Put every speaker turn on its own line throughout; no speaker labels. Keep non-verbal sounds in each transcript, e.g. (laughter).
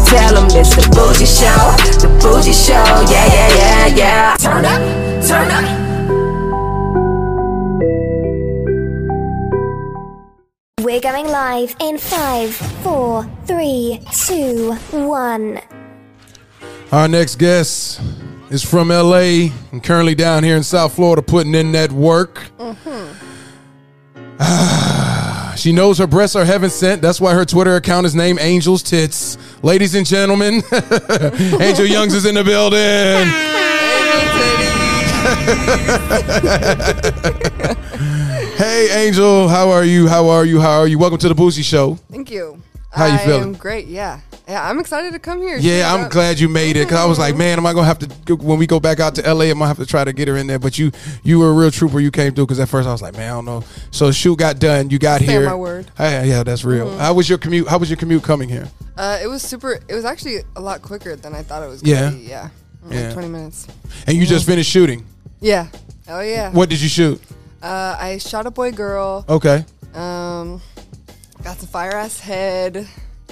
It's the Bougie Show, the Bougie Show, yeah, yeah, yeah, yeah. Turn up, turn up.
We're going live in five, four, three, two, one.
Our next guest is from LA and currently down here in South Florida putting in that work. Ah, (sighs) she knows her breasts are heaven sent. That's why her Twitter account is named Angel's Tits. Ladies and gentlemen, (laughs) Angel Youngs is in the building. (laughs) hey, Angel, how are you? How are you? How are you? Welcome to the Boozy Show.
Thank you.
How you
I
feeling?
am great. Yeah, yeah. I'm excited to come here.
Yeah, I'm
Yep.
glad you made it because I was
Mm-hmm.
like, man, am I gonna have to when we go back out to LA? Am I gonna have to try to get her in there? But you, you were a real trooper. You came through because at first I was like, man, I don't know. So shoot got done. You got
Stand
here. Ah,
my word. Mm-hmm.
Yeah, yeah, that's real. How was your commute? How was your commute coming here?
Uh, it was super. It was actually a lot quicker than I thought it was.
Yeah.
Gonna Be. Yeah. Like
Yeah.
20 minutes.
And you
Mm-hmm.
just finished shooting.
Yeah. Oh yeah.
What did you shoot?
Uh, I shot a boy girl.
Okay,
Um, got some fire ass head.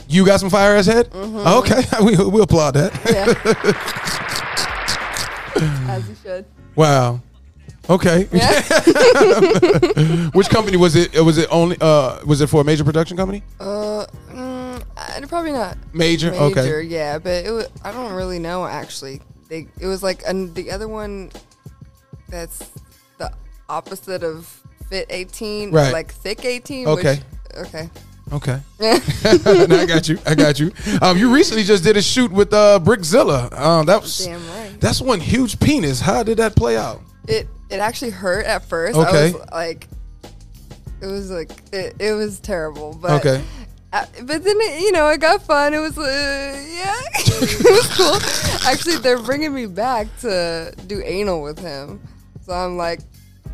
you got some fire ass head. Oh, Okay, (laughs) we we applaud that.
Mm-hmm. Yeah.
(laughs)
As you should.
Wow. Okay. (laughs) Which company was it? Was it only? Uh, was it for a major production company?
Uh, mm, I- probably not.
Major.
Major.
Okay.
Yeah, but it was, I don't really know actually. They it was like an, the other one that's the opposite of fit 18
Right.
like thick 18
Okay.
which, okay (laughs)
Okay. (laughs) No, I got you. I got you. Um, you recently just did a shoot with uh, Brickzilla. Um, that was
Damn right.
that's one huge penis. How did that play out?
it it actually hurt at first
Okay.
i was like it was like it, it was terrible but
Okay.
I- but then it, you know it got fun it was uh, yeah (laughs) it was cool actually they're bringing me back to do anal with him so i'm like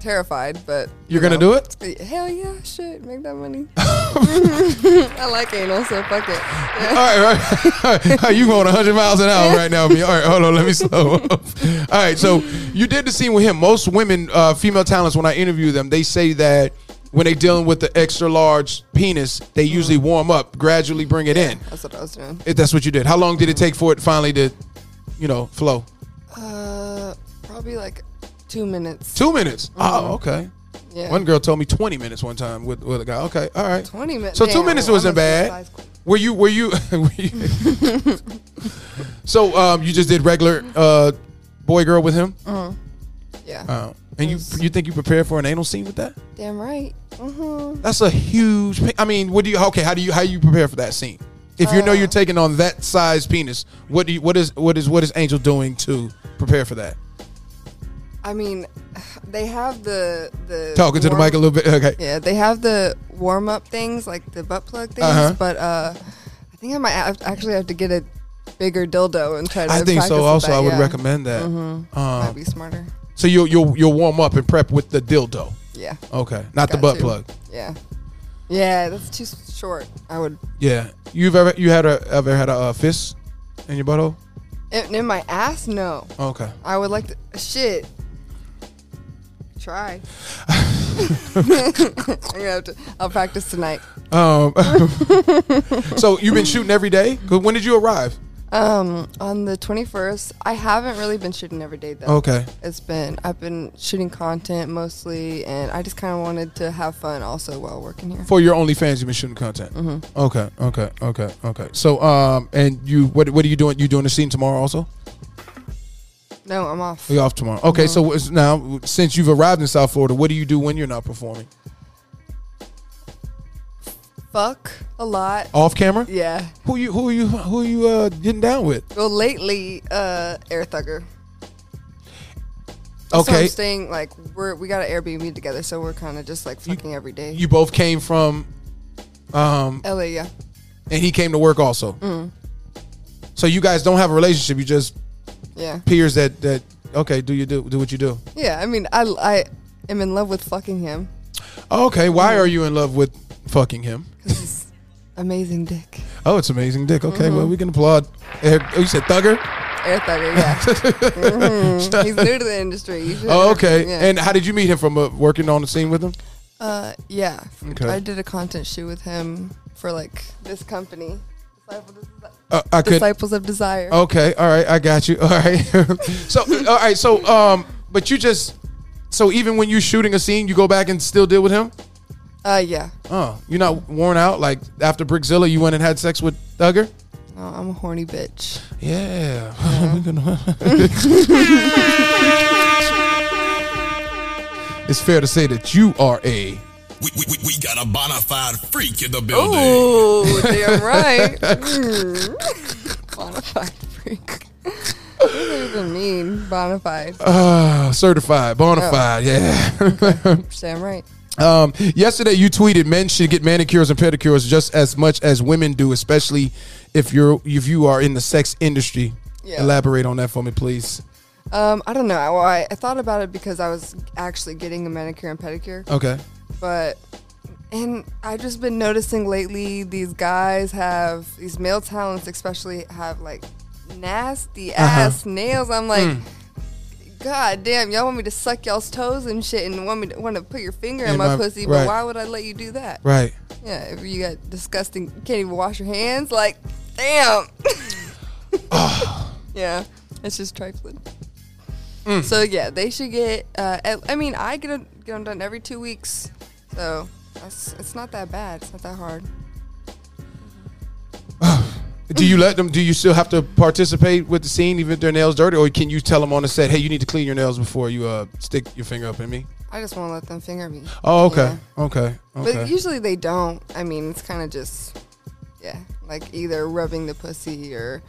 terrified but you
You're gonna
know.
do
(laughs)
it?
Hell yeah, shit, make
(laughs)
that money. (laughs) I like anal, so fuck it.
(laughs) All right, all right. All right, you going 100 miles an hour right now, me? All right, hold on, let me slow (laughs) up. All right, so you did the scene with him. Most women, uh, female talents, when I interview them, they say that when they dealing with the extra large penis, they usually
Mm.
warm up, gradually bring it in.
That's what I was doing.
If that's what you did, how long did it take for it finally to, you know, flow?
Uh, probably like two minutes.
Two minutes. Oh, okay.
Yeah.
One girl told me 20 minutes one time with, with a guy. Okay, all right.
20 minutes.
So two
Damn,
minutes
I'm
wasn't
a
bad.
size queen.
Were you? Were you? (laughs) were
(laughs)
you- so um, you just did regular uh, boy girl with him,
Uh-huh. Yeah.
Uh, and you you think you prepared for an anal scene with that?
Damn right. Mm-hmm.
That's a huge. pe- I mean, what do you? Okay, how do you how you prepare for that scene? If you know
Uh.
you're taking on that size penis, what do you, what is what is what is Angel doing to prepare for that?
I mean, (sighs) they have the the
Talking to the
warm-
mic a little bit. Okay.
Yeah, they have the warm up things like the butt plug things,
Uh-huh.
but uh, I think I might have, actually have to get a bigger dildo and try to.
I think
practice
so.
with
Also,
that,
I would
yeah. Mm-hmm.
recommend that. Um,
Might be smarter.
So you'll you'll you'll warm up and prep with the dildo.
Yeah.
Okay, not the
Got
butt
to.
plug.
Yeah. Yeah, that's too s- short. I would
Yeah, you've ever you had a ever had a uh, fist in your butthole?
in, in my ass. No,
Okay.
I would like to. Shit. Try. (laughs) I'm gonna have to. I'll practice tonight.
Um, (laughs) so you've been shooting every day. 'Cause When did you arrive?
Um, on the 21st, I haven't really been shooting every day though.
Okay.
It's been I've been shooting content mostly, and I just kind of wanted to have fun also while working here.
For your OnlyFans, you've been shooting content. Okay, okay, okay, okay. So, um, and you, what, what are you doing? You doing the scene tomorrow also?
No, I'm off.
Are you off tomorrow? Mm-hmm. Okay. So what's now since you've arrived in South Florida, what do you do when you're not performing?
Fuck a lot.
Off camera?
Yeah.
Who you, who you, who you uh, getting down with?
Well, lately, uh, Air Thugger. So
Okay.
I'm staying like we're we got an Airbnb together, so we're kind of just like fucking every day.
you both came from, um,
LA, yeah.
and he came to work also. So you guys don't have a relationship. You just
Yeah.
peers that that okay. Do you do do what you do?
Yeah, I mean, I, I am in love with fucking him.
Okay. Why are you in love with fucking him?
This is amazing dick.
Oh, it's amazing, Dick. Okay. Well, we can applaud. Eh, Oh, you said thugger.
Air
(laughs)
Thugger, yeah. Mhm. He's new to the industry. You should-
Oh, okay.
Yeah.
And how did you meet him? From uh, working on the scene with him?
uh, yeah.
Okay.
I did a content shoot with him for like this company. It's Disciple-
Uh, I could. Oh.
Disciples of Desire.
Okay, all right, I got you. (laughs) All right, so all right, so um, but you just so even when you're shooting a scene, you go back and still deal with him.
Uh, yeah.
Oh, you're not worn out like after Brickzilla, you went and had sex with Thugger.
No, I'm a horny bitch.
Yeah. (laughs) it's fair to say that you are a.
We, we, we, we got a bona fide freak in the building.
Oh, damn right. (laughs) Mm. Bonafide freak. What does that even mean? Bonafide.
Uh, certified, bona fide, yeah. (laughs)
Damn right.
um, yesterday, you tweeted men should get manicures and pedicures just as much as women do, especially if you're if you are in the sex industry.
Yeah.
Elaborate on that for me, please.
Um, I don't know. I, well, I, I thought about it because I was actually getting a manicure and pedicure,
Okay.
but and I've just been noticing lately these guys have these male talents, especially have like nasty ass nails. I'm like. God damn, y'all want me to suck y'all's toes and shit, and want me to want to put your finger in,
In
my,
my-
pussy,
right.
but why would I let you do that?
Right.
Yeah, if you got disgusting, you can't even wash your hands. Like, damn. yeah, it's just trifling. So yeah, they should get. Uh, at- I mean, I get 'em- get them done every two weeks, so that's, it's not that bad. It's not that hard.
Do you let them? Do you still have to participate with the scene, even if their nails dirty, or can you tell them on the set, "Hey, you need to clean your nails before you uh, stick your finger up at me"?
I just want to let them finger me.
Oh, okay,
Yeah.
okay, okay.
But usually they don't. I mean, it's kind of just, yeah, like either rubbing the pussy or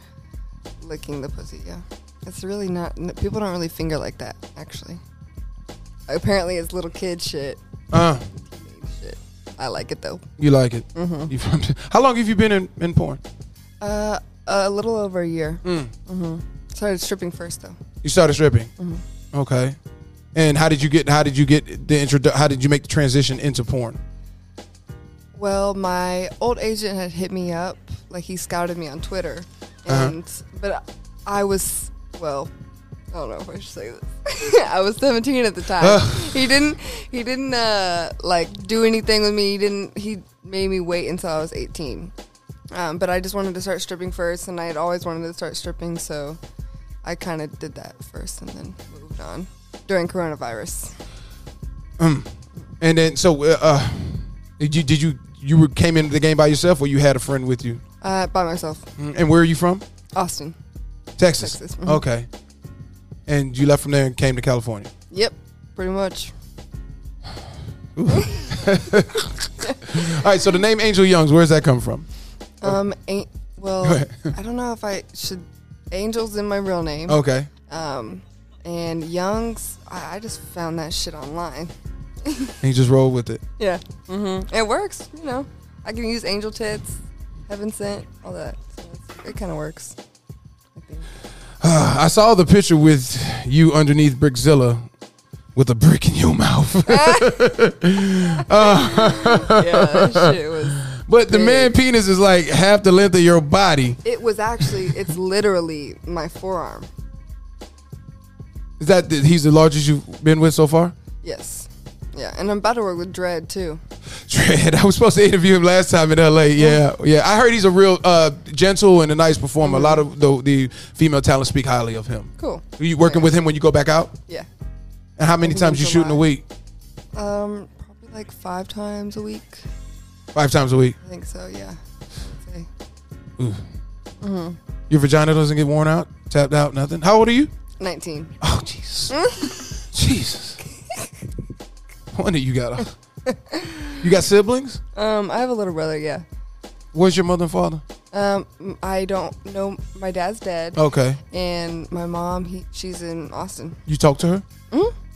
licking the pussy. Yeah, it's really not. n- People don't really finger like that, actually. Apparently, it's little kid shit.
uh,
Teenage shit. I like it though.
you like it?
Mm-hmm.
You- (laughs) How long have you been in, in porn?
Uh, a little over a year. Mm. hmm Started stripping first though.
You started stripping.
Mm-hmm.
Okay. And how did you get? How did you get the intro? How did you make the transition into porn?
Well, my old agent had hit me up, like he scouted me on Twitter, and but I was well, I don't know if I should say this. (laughs) I was 17 at the time. He didn't, he didn't uh, like do anything with me. He didn't. He made me wait until I was 18. Um, but I just wanted to start stripping first, and I had always wanted to start stripping, so I kind of did that first, and then moved on during coronavirus.
And then, so uh, uh, did you? Did you? You were, came into the game by yourself, or you had a friend with you?
Uh, by myself,
Mm, And where are you from?
Austin.
Texas.
Texas, mhm.
Okay. And you left from there and came to California.
Yep, pretty much.
All right, so the name Angel Youngs, where's that come from?
Um, ain't,
Go
well,
ahead.
I don't know if I should. Angel's in my real name.
Okay.
Um, and Young's, I, I just found that shit online.
And you just roll with it.
Yeah. Mm-hmm. It works, you know. I can use angel tits, heaven sent, all that. So it's, it kind of works. I think.
I saw the picture with you underneath Brickzilla with a brick in your (laughs) mouth.
Yeah, (laughs) that shit was.
but the man penis is like half the length of your body.
It was actually, it's literally my forearm.
Is that the, he's the largest you've been with so far? (laughs)
Yes. Yeah, and I'm about to work with Dread too.
Dread. I was supposed to interview him last time in LA. Yeah. Yeah. I heard he's a real uh, gentle and a nice performer. A lot of the, the female talent speak highly of him.
Cool.
Are you working with him when you go back out?
Yeah.
And how many
Maybe
times you
once a
shooting a
month.
week?
Um, probably like five times a week.
Five times a week.
I think so. Yeah. I would say.
Your vagina doesn't get worn out, tapped out, nothing. How old are you?
19.
Oh, Jesus.
(laughs)
Jesus. No Wonder you got a. You got siblings?
Um, I have a little brother, yeah.
Where's your mother and father?
Um, m- I don't know. My dad's dead.
Okay.
And my mom, he, she's in Austin.
You talk to her?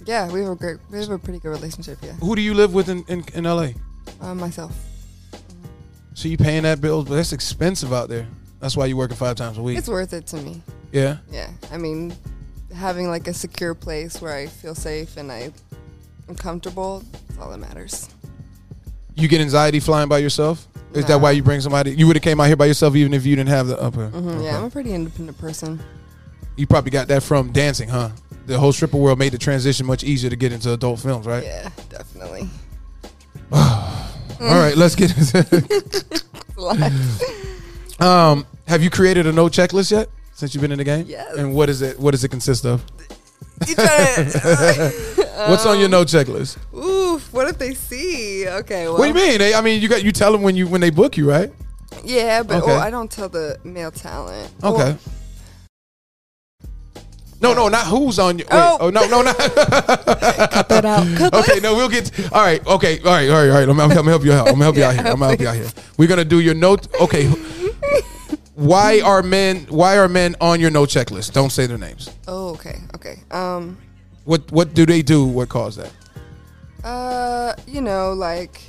Yeah, we have a great, we have a pretty good relationship, yeah.
Who do you live with in, in, in LA?
Um, myself.
So you paying that bill, but that's expensive out there. That's why you working five times a week.
It's worth it to me.
yeah.
Yeah. I mean, having like a secure place where I feel safe and I am comfortable, that's all that matters.
You get anxiety flying by yourself? Is that
Nah.
why you bring somebody? You would have came out here by yourself even if you didn't have the upper.
Mm, Yeah, I'm a pretty independent person.
You probably got that from dancing, huh? The whole stripper world made the transition much easier to get into adult films, right?
Yeah, definitely.
All right, let's get.
It's a lot.
Um, have you created a no checklist yet since you've been in the game?
Yes.
And what is it? What does it consist of?
(laughs) You tryna-
What's on
Um,
your no checklist?
Oof, what if they see? Okay, well,
What do you mean? They, I mean, you got you tell them when you when they book you, right?
Yeah, but
Okay.
well, I don't tell the male talent.
Okay.
Well,
no, no, not who's on your. Wait, oh.
Oh.
no, no,
(laughs)
not. (laughs)
Cut out. Cut
okay, no, we'll get. all right, okay, all right, all right, all right. I'm, I'm, I'm help you out. I'm help you out here. I'm help you out here. We're gonna do your note.
(laughs)
Okay, why are men? Why are men on your no checklist? Don't say their names.
Oh, okay, okay. Um,
What What do they do? What caused that?
uh, you know, like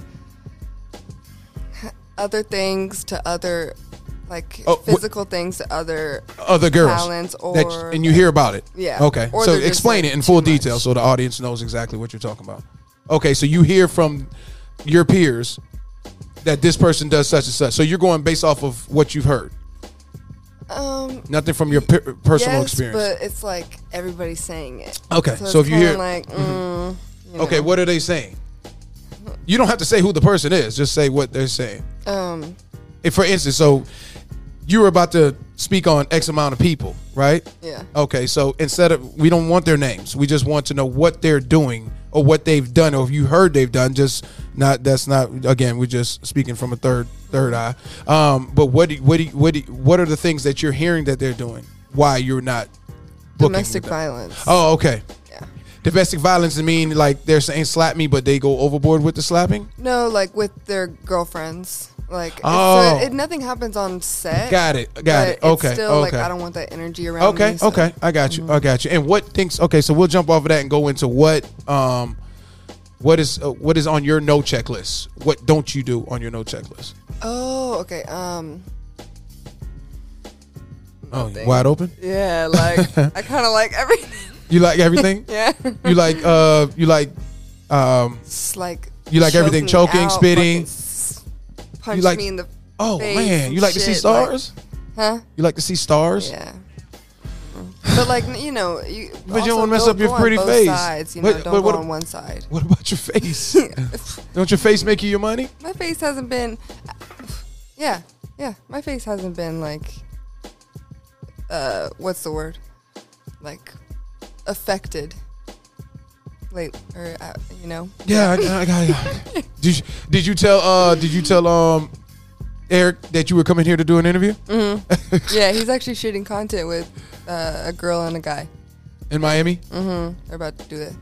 other things to other, like
Oh, wh- Oh,
physical things to other.
Other girls,
Talents or-
and you hear about it.
Yeah.
Okay.
Or
so
they're just,
explain
like,
it in full
too much.
detail so the audience knows exactly what you're talking about. Okay, so you hear from your peers that this person does such and such. So you're going based off of what you've heard,
Um,
nothing from your per- personal
yes,
experience.
but it's like everybody's saying it.
Okay,
it's
so if you
kinda
hear- Mm-hmm.
like, mm, you
Okay,
know.
what are they saying? You don't have to say who the person is. Just say what they're saying.
um,
If, for instance, so you were about to speak on X amount of people, right?
Yeah.
Okay, so instead of we don't want their names, we just want to know what they're doing or what they've done, or if you heard they've done. Just not that's not again. We're just speaking from a third third eye. Um, but what do, what do, what do, what are the things that you're hearing that they're doing? Why you're not booking
domestic
with them?
violence.
Oh, okay.
Yeah.
Domestic violence mean like they're saying slap me, but they go overboard with the slapping.
No, like with their girlfriends. Like, it's-
Oh.
so it, nothing happens on set.
Got it. Got
but
it.
it's
Okay.
still like
okay.
I don't want that energy around.
Okay.
me, so- Mm-hmm.
Okay. I got you. I got you. And what things? Okay, so we'll jump off of that and go into what um, what is uh, what is on your no checklist? What don't you do on your no checklist?
Oh, okay. Um.
Oh, wide open.
Yeah, like
(laughs)
I kind of like everything. (laughs)
You like everything?
Yeah.
You like uh, you like um,
It's like
You like everything
choke
choking,
me out,
spitting?
fucking s- Punch
You like-
me in the.
oh
face
man,
and
you like to see
shit, like-
stars?
huh?
you like to see stars?
Yeah. But like n- you know, you,
But you
also
don't mess
go-
up your
go on
pretty
both
face.
Sides, you know,
But-
don't
but what-
go on one side.
What about your
(laughs)
face? don't your face make you your money?
My face hasn't been. (sighs) Yeah, yeah. My face hasn't been like. Uh, what's the word? Like, affected. Late or uh,
(laughs)
you know?
Yeah, I, I got
(laughs)
it. did you, did you tell uh did you tell um Eric that you were coming here to do an interview
Mm. Yeah, he's actually shooting content with uh, a girl and a guy.
in Miami?
Mm. They're about to do it.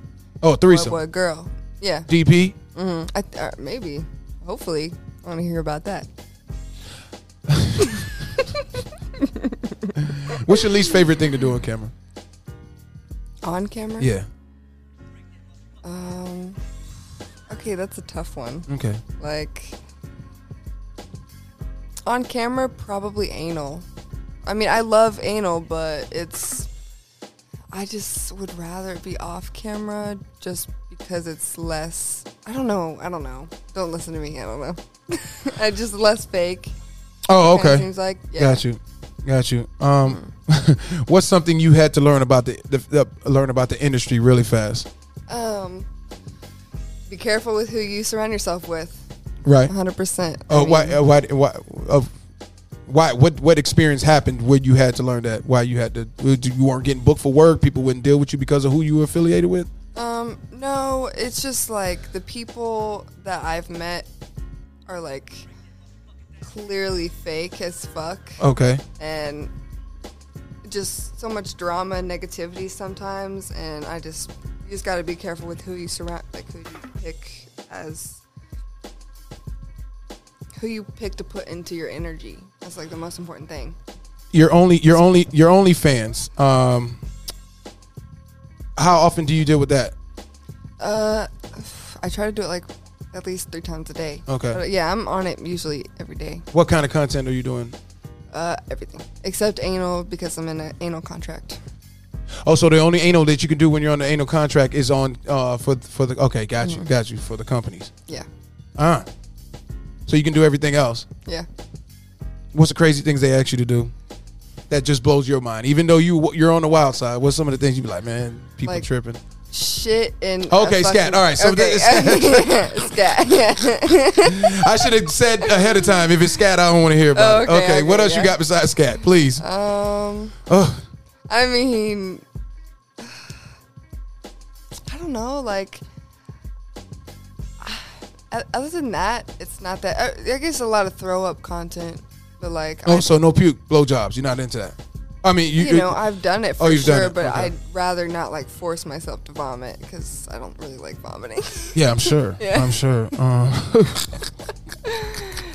Oh,
Boy,
threesome.
boy, girl. Yeah.
DP.
Mm, I th- uh, maybe. Hopefully, I want to hear about that.
What's your least favorite thing to do on camera?
On camera.
Yeah.
Um. Okay, that's a tough one.
Okay.
Like on camera, probably anal. I mean, I love anal, but it's. I just would rather it be off camera, just because it's less. I don't know. I don't know. Don't listen to me. I don't know. (laughs) I just less fake.
Oh,
kinda
okay.
Seems like yeah. Mm.
Got you. Got you. Um (laughs) what's something you had to learn about the, the, the learn about the industry really fast?
Um, be careful with who you surround yourself with.
Right.
100%. I
Oh,
mean,
why uh, why why of why what what experience happened where you had to learn that? Why you had to you weren't getting booked for work, people wouldn't deal with you because of who you were affiliated with?
Um, no, it's just like the people that I've met are like clearly fake as fuck
Okay.
and just so much drama, negativity sometimes, and I just you just got to be careful with who you surround, like who you pick as who you pick to put into your energy. That's like the most important thing.
your only your only your only fans um how often do you deal with that
Uh, I try to do it like at least three times a day.
Okay.
But, yeah, I'm on it usually every day.
what kind of content are you doing
Uh, everything except anal because I'm in an anal contract.
oh so the only anal that you can do when you're on the anal contract is on uh for for the okay got
Mm.
you got you for the companies
Yeah.
uh so you can do everything else
Yeah.
what's the crazy things they ask you to do that just blows your mind even though you you're on the wild side what's some of the things you be like man people
Like-
tripping
shit and
Okay, scat. All right, so
okay. (laughs) scat. Yeah.
I should have said ahead of time. If it's scat, I don't want to hear about
Oh, Okay,
it. Okay,
okay,
what else
yeah.
you got besides scat, please?
(laughs) um,
Ugh.
I mean, I don't know. Like, (sighs) o- other than that, it's not that. uh, I, I guess a lot of throw up content, but like,
oh,
I,
so no puke blowjobs. You're not into that. I mean, you,
you know, I've done it for
Oh, you've done
sure,
it,
but
okay.
I'd rather not like force myself to vomit because I don't really like vomiting. (laughs)
yeah, I'm sure.
Yeah.
I'm sure. Uh, (laughs)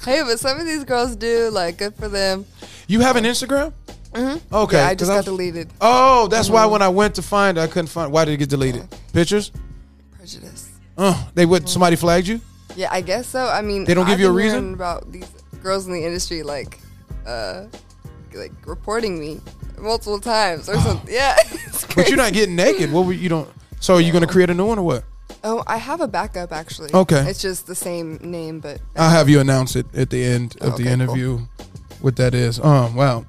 hey, but some of these girls do. Like, good for them.
you have an Instagram? Mm-hmm. Okay.
Yeah, I
'cause
just got
was-
deleted.
Oh, that's why when I went to find it, I couldn't find. Why did it get deleted? Pictures?
Prejudice.
Uh, they would. Somebody flagged you?
Yeah, I guess so. I mean,
They don't give
I've
you a
been
reason?
hearing about these girls in the industry, like, uh, like reporting me multiple times or
(gasps)
something. Yeah, (laughs) it's
But
crazy.
you're not
(laughs)
getting naked. What were you don't? So are you going to create a new one or what?
oh, I have a backup actually.
Okay.
it's just the same name, but
I'll have you announce it at the end of the
Okay, cool.
interview. What that is? Um, wow.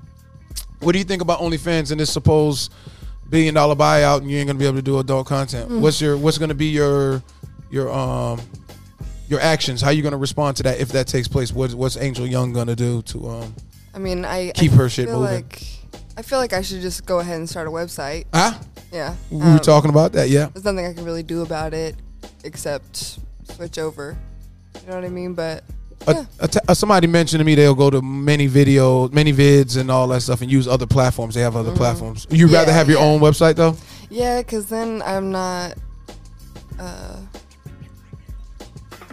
What do you think about OnlyFans and this supposed billion dollar buyout, and you ain't going to be able to do adult content?
Mm.
What's your What's going to be your your um your actions? How you going to respond to that if that takes place? What What's Angel Young going to do to um?
I mean, I I
Keep her shit
feel
moving.
Like, I feel like I should just go ahead and start a website.
Huh?
Yeah,
We
um,
were talking about that. Yeah.
There's nothing I can really do about it except switch over. You know what I mean? But
a, a t- uh, somebody mentioned to me they'll go to many videos, many vids, and all that stuff, and use other platforms. They have other platforms. You would
Mm-hmm. Yeah,
rather have your
yeah.
own website though?
Yeah, because then I'm not. Uh,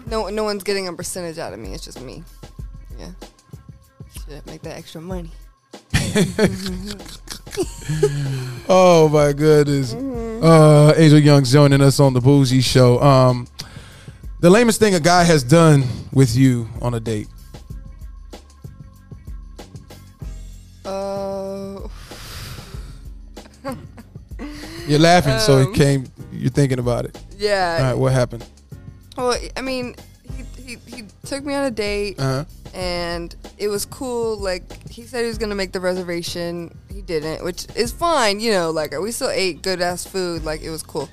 no, no one's getting a percentage out of me. It's just me. Yeah. Shit, make that extra money.
Oh my goodness!
Mm-hmm.
Uh, Angel Young's joining us on the Boozy Show. Um, the lamest thing a guy has done with you on a date.
Uh,
You're laughing, so
Um.
it came. You're thinking about it. All
yeah.
right, what happened?
Well, I mean, he, he, he took me on a date,
Uh-huh.
and it was cool. Like he said, he was gonna make the reservation. He didn't, which is fine. You know, like we still ate good ass food. Like it was cool,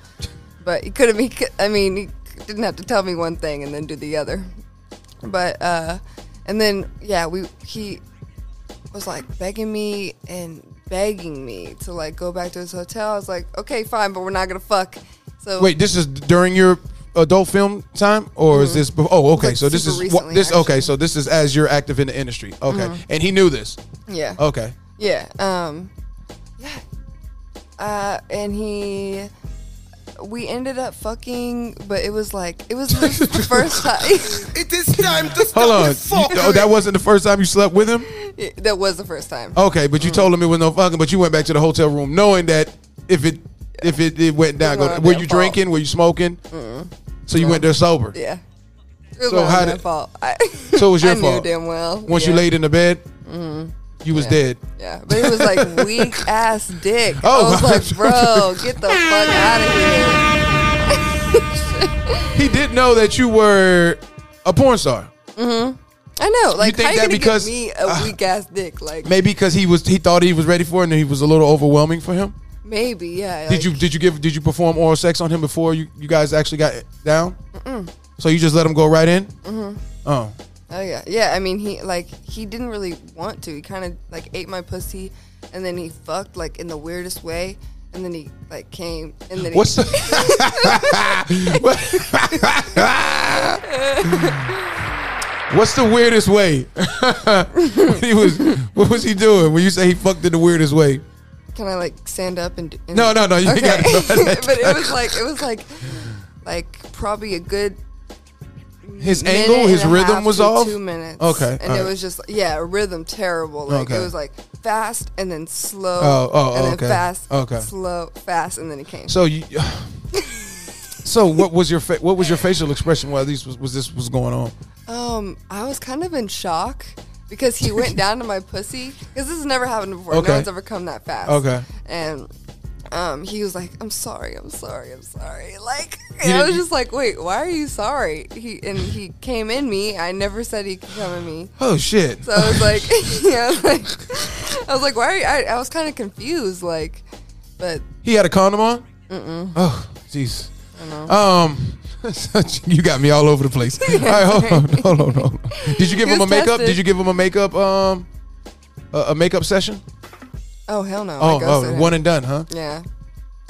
but he couldn't be. I mean, he didn't have to tell me one thing and then do the other. But uh, and then yeah, we he was like begging me and begging me to like go back to his hotel. I was like, okay, fine, but we're not gonna fuck. So
Wait, this is during your adult film time, or is this? Before? Oh, okay.
Mm-hmm. Like,
so this
super
is
recently,
this. Okay,
actually. Mm-hmm.
so this is as you're active in the industry. Okay, and he knew this.
yeah.
Okay.
Yeah. Um, yeah. Uh, and he, we ended up fucking, but it was like it was the
(laughs)
first time.
It is time to stop
Hold on.
the fuck.
You- oh, that Oh. wasn't the first time you slept with him?
Yeah, that was the first time.
Okay,
Mm.
but you told him it was no fucking, but you went back to the hotel room knowing that if it if it, it went down, go
wasn't
were
their
you
fault.
drinking? Were you smoking? So you went there sober.
Yeah. It was
So
so
how
my
did-
fault. I,
So it
(laughs)
was your
I
fault.
knew damn well.
Once you
Yeah. Mm-hmm.
laid in the bed, you was dead.
Yeah, but it was like
(laughs)
weak ass dick.
Oh,
I was
my-
like, bro, get the fuck out of here.
He did know that you were a porn star.
I know. Like,
think
how you
that
gonna
because- Ah.
give me a weak ass dick? Like,
Maybe because he was he thought he was ready for it and he was a little overwhelming for him.
maybe, yeah.
did you did you give did you perform oral sex on him before you, you guys actually got down? So you just let him go right in?
Mm-hmm.
Oh.
Oh yeah, yeah. I mean, he like he didn't really want to. He kind of like ate my pussy, and then he fucked like in the weirdest way, and then he like came, and then
What's
he,
the What's the weirdest way? (laughs) When he was what was he doing when you say he fucked in the weirdest way?
can I like stand up and? do- and
No, (laughs) no, no, you
okay.
gotta go ahead.
(laughs) but it was like it was like like probably a good
His
minute
angle,
and
his
a
rhythm
half
was
to
off.
Two minutes.
Okay,
and
all
it
right.
was just yeah, rhythm terrible. Like
Okay.
it was like fast and then slow.
Oh, oh,
and then
okay.
Fast,
Okay.
slow, fast, and then it came.
So you (sighs) So what was your fa- what was your facial expression while these was, was this was going on?
Um, I was kind of in shock because he went down to my pussy because this has never happened before.
Okay.
No one's ever come that fast.
Okay.
And um, he was like, "I'm sorry, I'm sorry, I'm sorry." Like,
You
and I was
didn't-
just like, "Wait, why are you sorry?" He and he came in me. I never said he could come in me.
Oh shit.
So I was like, (laughs) yeah, I was like, I was like, why? Are you, I, I was kind of confused, like, but
He had a condom on? Mm-mm. Oh, Jeez. Um, (laughs) you got me all over the
(laughs)
place. all right, hold on, hold on, hold on. Did you give
He
him a
was
makeup?
tested.
Did you give him a makeup? Um, a, a makeup session?
Oh hell no!
Oh,
I ghosted
oh,
him.
one and done, huh?
Yeah.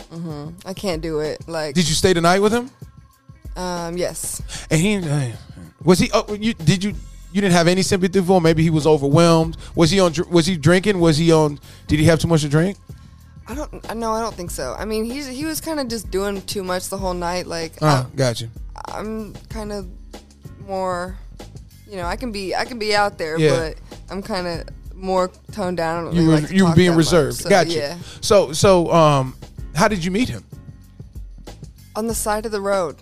hmm I can't do it. Like,
Did you stay the night with him?
um, yes.
And he uh, was he? Oh, you did you? You didn't have any sympathy for him. Maybe he was overwhelmed. Was he on? dr- Was he drinking? Was he on? Did he have too much to drink?
I don't. I- No, I don't think so. I mean, he's he was kind of just doing too much the whole night. Like,
Uh, gotcha.
I, I'm kind of more, you know, I can be I can be out there,
Yeah.
but I'm kind of more toned down. I don't
You
really
were
like to
you were
talk
being
that much,
reserved.
so,
gotcha.
Yeah.
So so um, how did you meet him?
On the side of the road,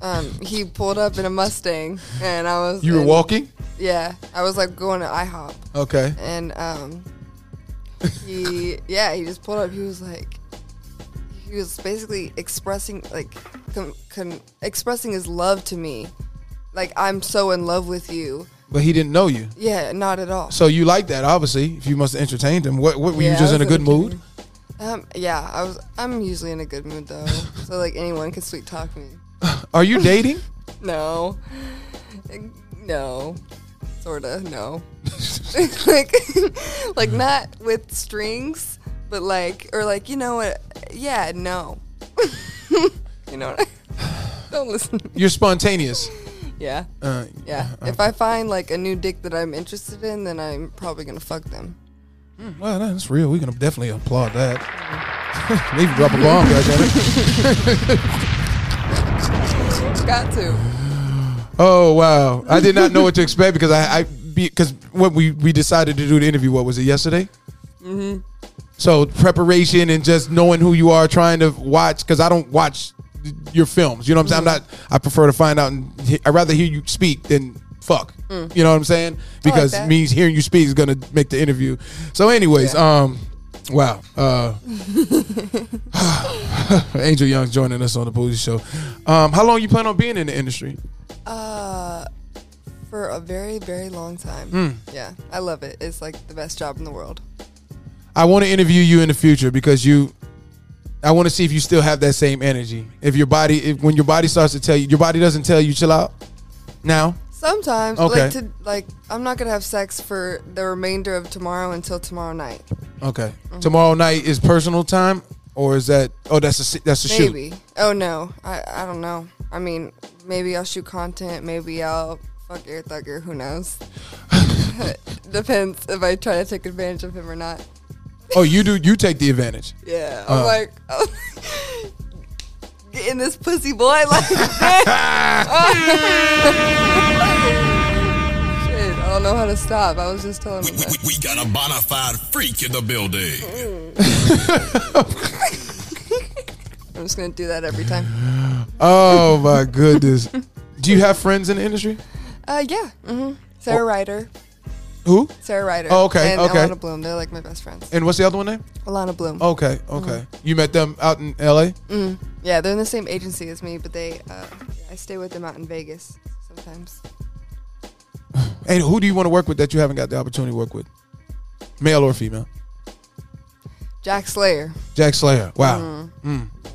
um, he pulled up in a Mustang, and I was.
You were
and-
walking.
Yeah, I was like going to IHOP.
Okay.
and um, he yeah he just pulled up. He was like, he was basically expressing like con- con- expressing his love to me, like I'm so in love with you.
But he didn't know you.
Yeah, not at all.
So you like that, obviously. If you must have entertained him, what, what were
Yeah,
you
I
just in a
was
good mood?
entertained. Um, yeah, I was. I'm usually in a good mood though, so like anyone can sweet talk me.
Are you dating?
No, no, sorta no. like, like not with strings, but like, or like, you know what? Yeah, no. (laughs) you know what? (laughs) I- Don't listen. to me.
You're spontaneous.
Yeah,
Uh,
yeah. If I find like a new dick that I'm interested in, then I'm probably gonna fuck them.
well, that's real. We're gonna definitely applaud that. (laughs) they even drop a bomb, goddammit.
Got to.
Oh wow! I did not know what to expect because I, I because what we we decided to do the interview. What was it yesterday? Mm-hmm. So preparation and just knowing who you are, trying to watch because I don't watch your films. You know what I'm saying? I'm not. I prefer to find out. and he- I'd rather hear you speak than fuck. You know what I'm saying? Because
that.
me hearing you speak is gonna make the interview. So, anyways, um, wow. Uh, (sighs) Angel Young joining us on the Boozy Show. Um, how long you plan on being in the industry?
Uh, for a very very long time. Yeah, I love it. It's like the best job in the world.
I want to interview you in the future because you. I want to see if you still have that same energy. If your body, if, when your body starts to tell you, your body doesn't tell you, chill out. Now,
Sometimes,
Okay.
like to like, I'm not gonna have sex for the remainder of tomorrow until tomorrow night.
okay. Tomorrow night is personal time, or is that? Oh, that's a si- that's a shoot.
Maybe. Oh no, I I don't know. I mean, maybe I'll shoot content. Maybe I'll fuck Air Thugger. Who knows? (laughs) Depends if I try to take advantage of him or not.
Oh, you do. You take the advantage.
Yeah, I'm
Uh.
like. (laughs) Get in this pussy boy, like shit. (laughs) I don't know how to stop. I was just telling
We,
him
we,
that.
we got a bona fide freak in the building.
I'm just gonna do that every time.
Oh my goodness. do you have friends in the industry?
Uh, yeah. hmm Sarah Ryder.
Who?
Sarah Ryder.
Mm-hmm. Oh, okay,
And
okay.
Alana Bloom. They're like my best friends.
And what's the other one name?
Alana Bloom. Oh.
Okay, okay. You met them out in L.A.
Yeah, they're in the same agency as me, but they, uh, I stay with them out in Vegas sometimes.
And who do you want to work with that you haven't got the opportunity to work with? Male or female?
Jack Slayer.
Jack Slayer. Wow.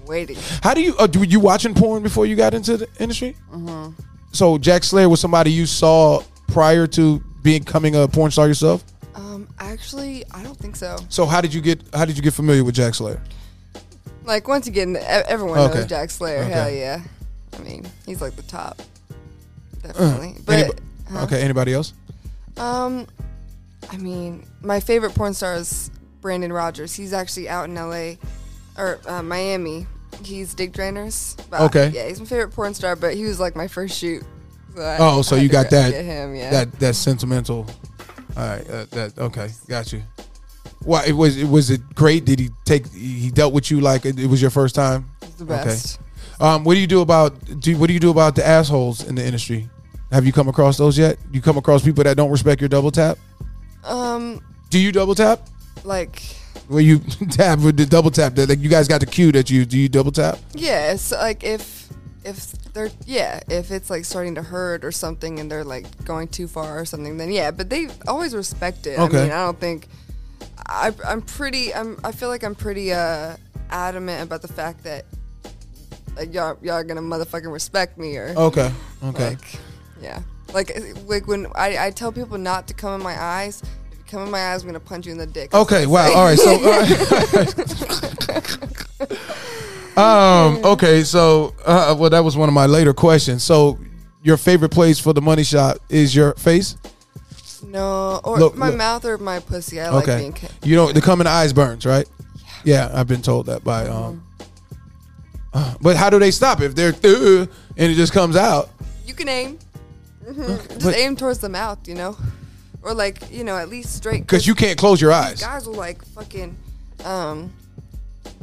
Waiting.
How do you? Uh, do, were you watching porn before you got into the industry?
Mm-hmm.
So Jack Slayer was somebody you saw prior to becoming a porn star yourself.
Um, actually, I don't think so.
So how did you get? How did you get familiar with Jack Slayer?
Like, once again, e- everyone
Okay.
knows Jack Slayer.
Okay.
Hell yeah. I mean, he's like the top. Definitely.
Anybo-
But, huh?
okay. Uh, Anybody else?
um, I mean, my favorite porn star is Brandon Rogers. He's actually out in LA or uh, Miami. He's Dick Drainers. But
Okay.
Yeah, he's my favorite porn star, but he was like my first shoot. So I-
Oh, so
I had
you
to
got
go
that?
Get him, yeah.
That that sentimental. All right. Uh, that okay. Got you. Why it was it was it great? Did he take? He dealt with you like it, it was your first time.
the best.
Um, what do you do about do what do you do about the assholes in the industry? Have you come across those yet? You come across people that don't respect your double tap?
Um,
Do you double tap?
like,
Where you (laughs) tap with the double tap that like you guys got the cue that you do you double tap?
yeah, it's like if if they're yeah, if it's like starting to hurt or something, and they're like going too far or something, then yeah. But they always respect it.
Okay.
I mean, I don't think I, I'm pretty. I'm. I feel like I'm pretty uh adamant about the fact that Like y'all, y'all gonna motherfucking respect me or
Okay. Okay.
like, yeah. Like like when I, I tell people not to come in my eyes. If you come in my eyes, I'm gonna punch you in the dick.
Okay. Wow. All right. So. (laughs) um. Okay. So. Uh, well, that was one of my later questions. So, your favorite place for the money shot is your face.
No, or
Look,
my
look.
mouth or my pussy. I like
Okay.
being ki-
you don't. The coming eyes burns, right? Yeah. I've been told that by.
Mm-hmm.
Um. uh, (sighs) but how do they stop if they're through and it just comes out?
You can aim. Mhm. Just
but-
aim towards the mouth, you know, or like you know at least straight.
Because you can't close your eyes.
guys will like fucking. Um,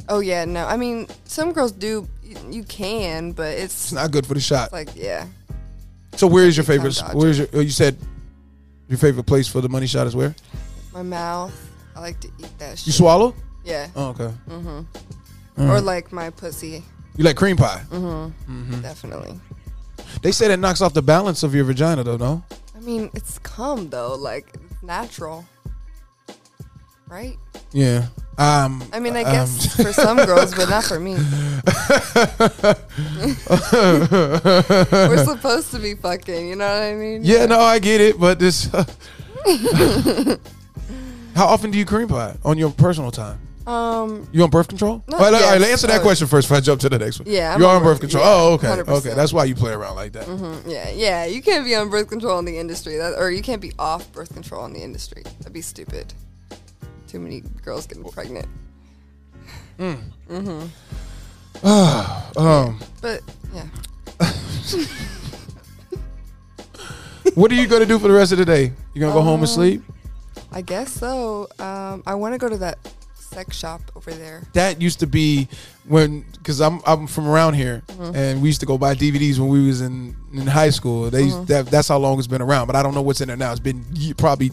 oh yeah, no. I mean, some girls do. You, you can, but it's
It's not good for the shot.
like yeah,
So where is your favorite?
Dodger.
Where's your? oh, You said your favorite place for the money shot is where?
my mouth. I like to eat that
You uh.
shit.
swallow?
yeah,
Oh, okay.
Mm-hmm. or like my pussy,
You like cream pie?
Mm-hmm.
Mm-hmm.
definitely.
They said it knocks off the balance of your vagina, though. No.
I mean, it's cum though, like it's natural, right?
Yeah. Um.
I mean, I guess
(laughs)
for some girls, but not for me. We're supposed to be fucking, you know what I mean?
Yeah. No, I get it, but
(laughs)
this. (laughs) How often do you cream pie on your personal time?
Um,
You on birth control?
No,
all, right, all right,
yes,
answer that
oh.
question first. If I jump to the next one,
Yeah, I'm
you are
on
on
birth-
birth control.
yeah, Mm-hmm.
oh, okay,
100%.
okay. That's why you play around like that.
yeah, yeah. You can't be on birth control in the industry, that, or you can't be off birth control in the industry. That'd be stupid. Too many girls getting pregnant.
Mm. (sighs) Um,
Mm-hmm. But yeah,
what are you gonna do for the rest of the day? You gonna go home
Um,
and sleep?
I guess so. Um, I want to go to that sex shop over there.
that used to be when because I'm I'm from around here
Mm-hmm.
and we used to go buy DVDs when we was in in high school. They
Mm-hmm.
used- that, that's how long it's been around, but I don't know what's in there now. It's been ye- probably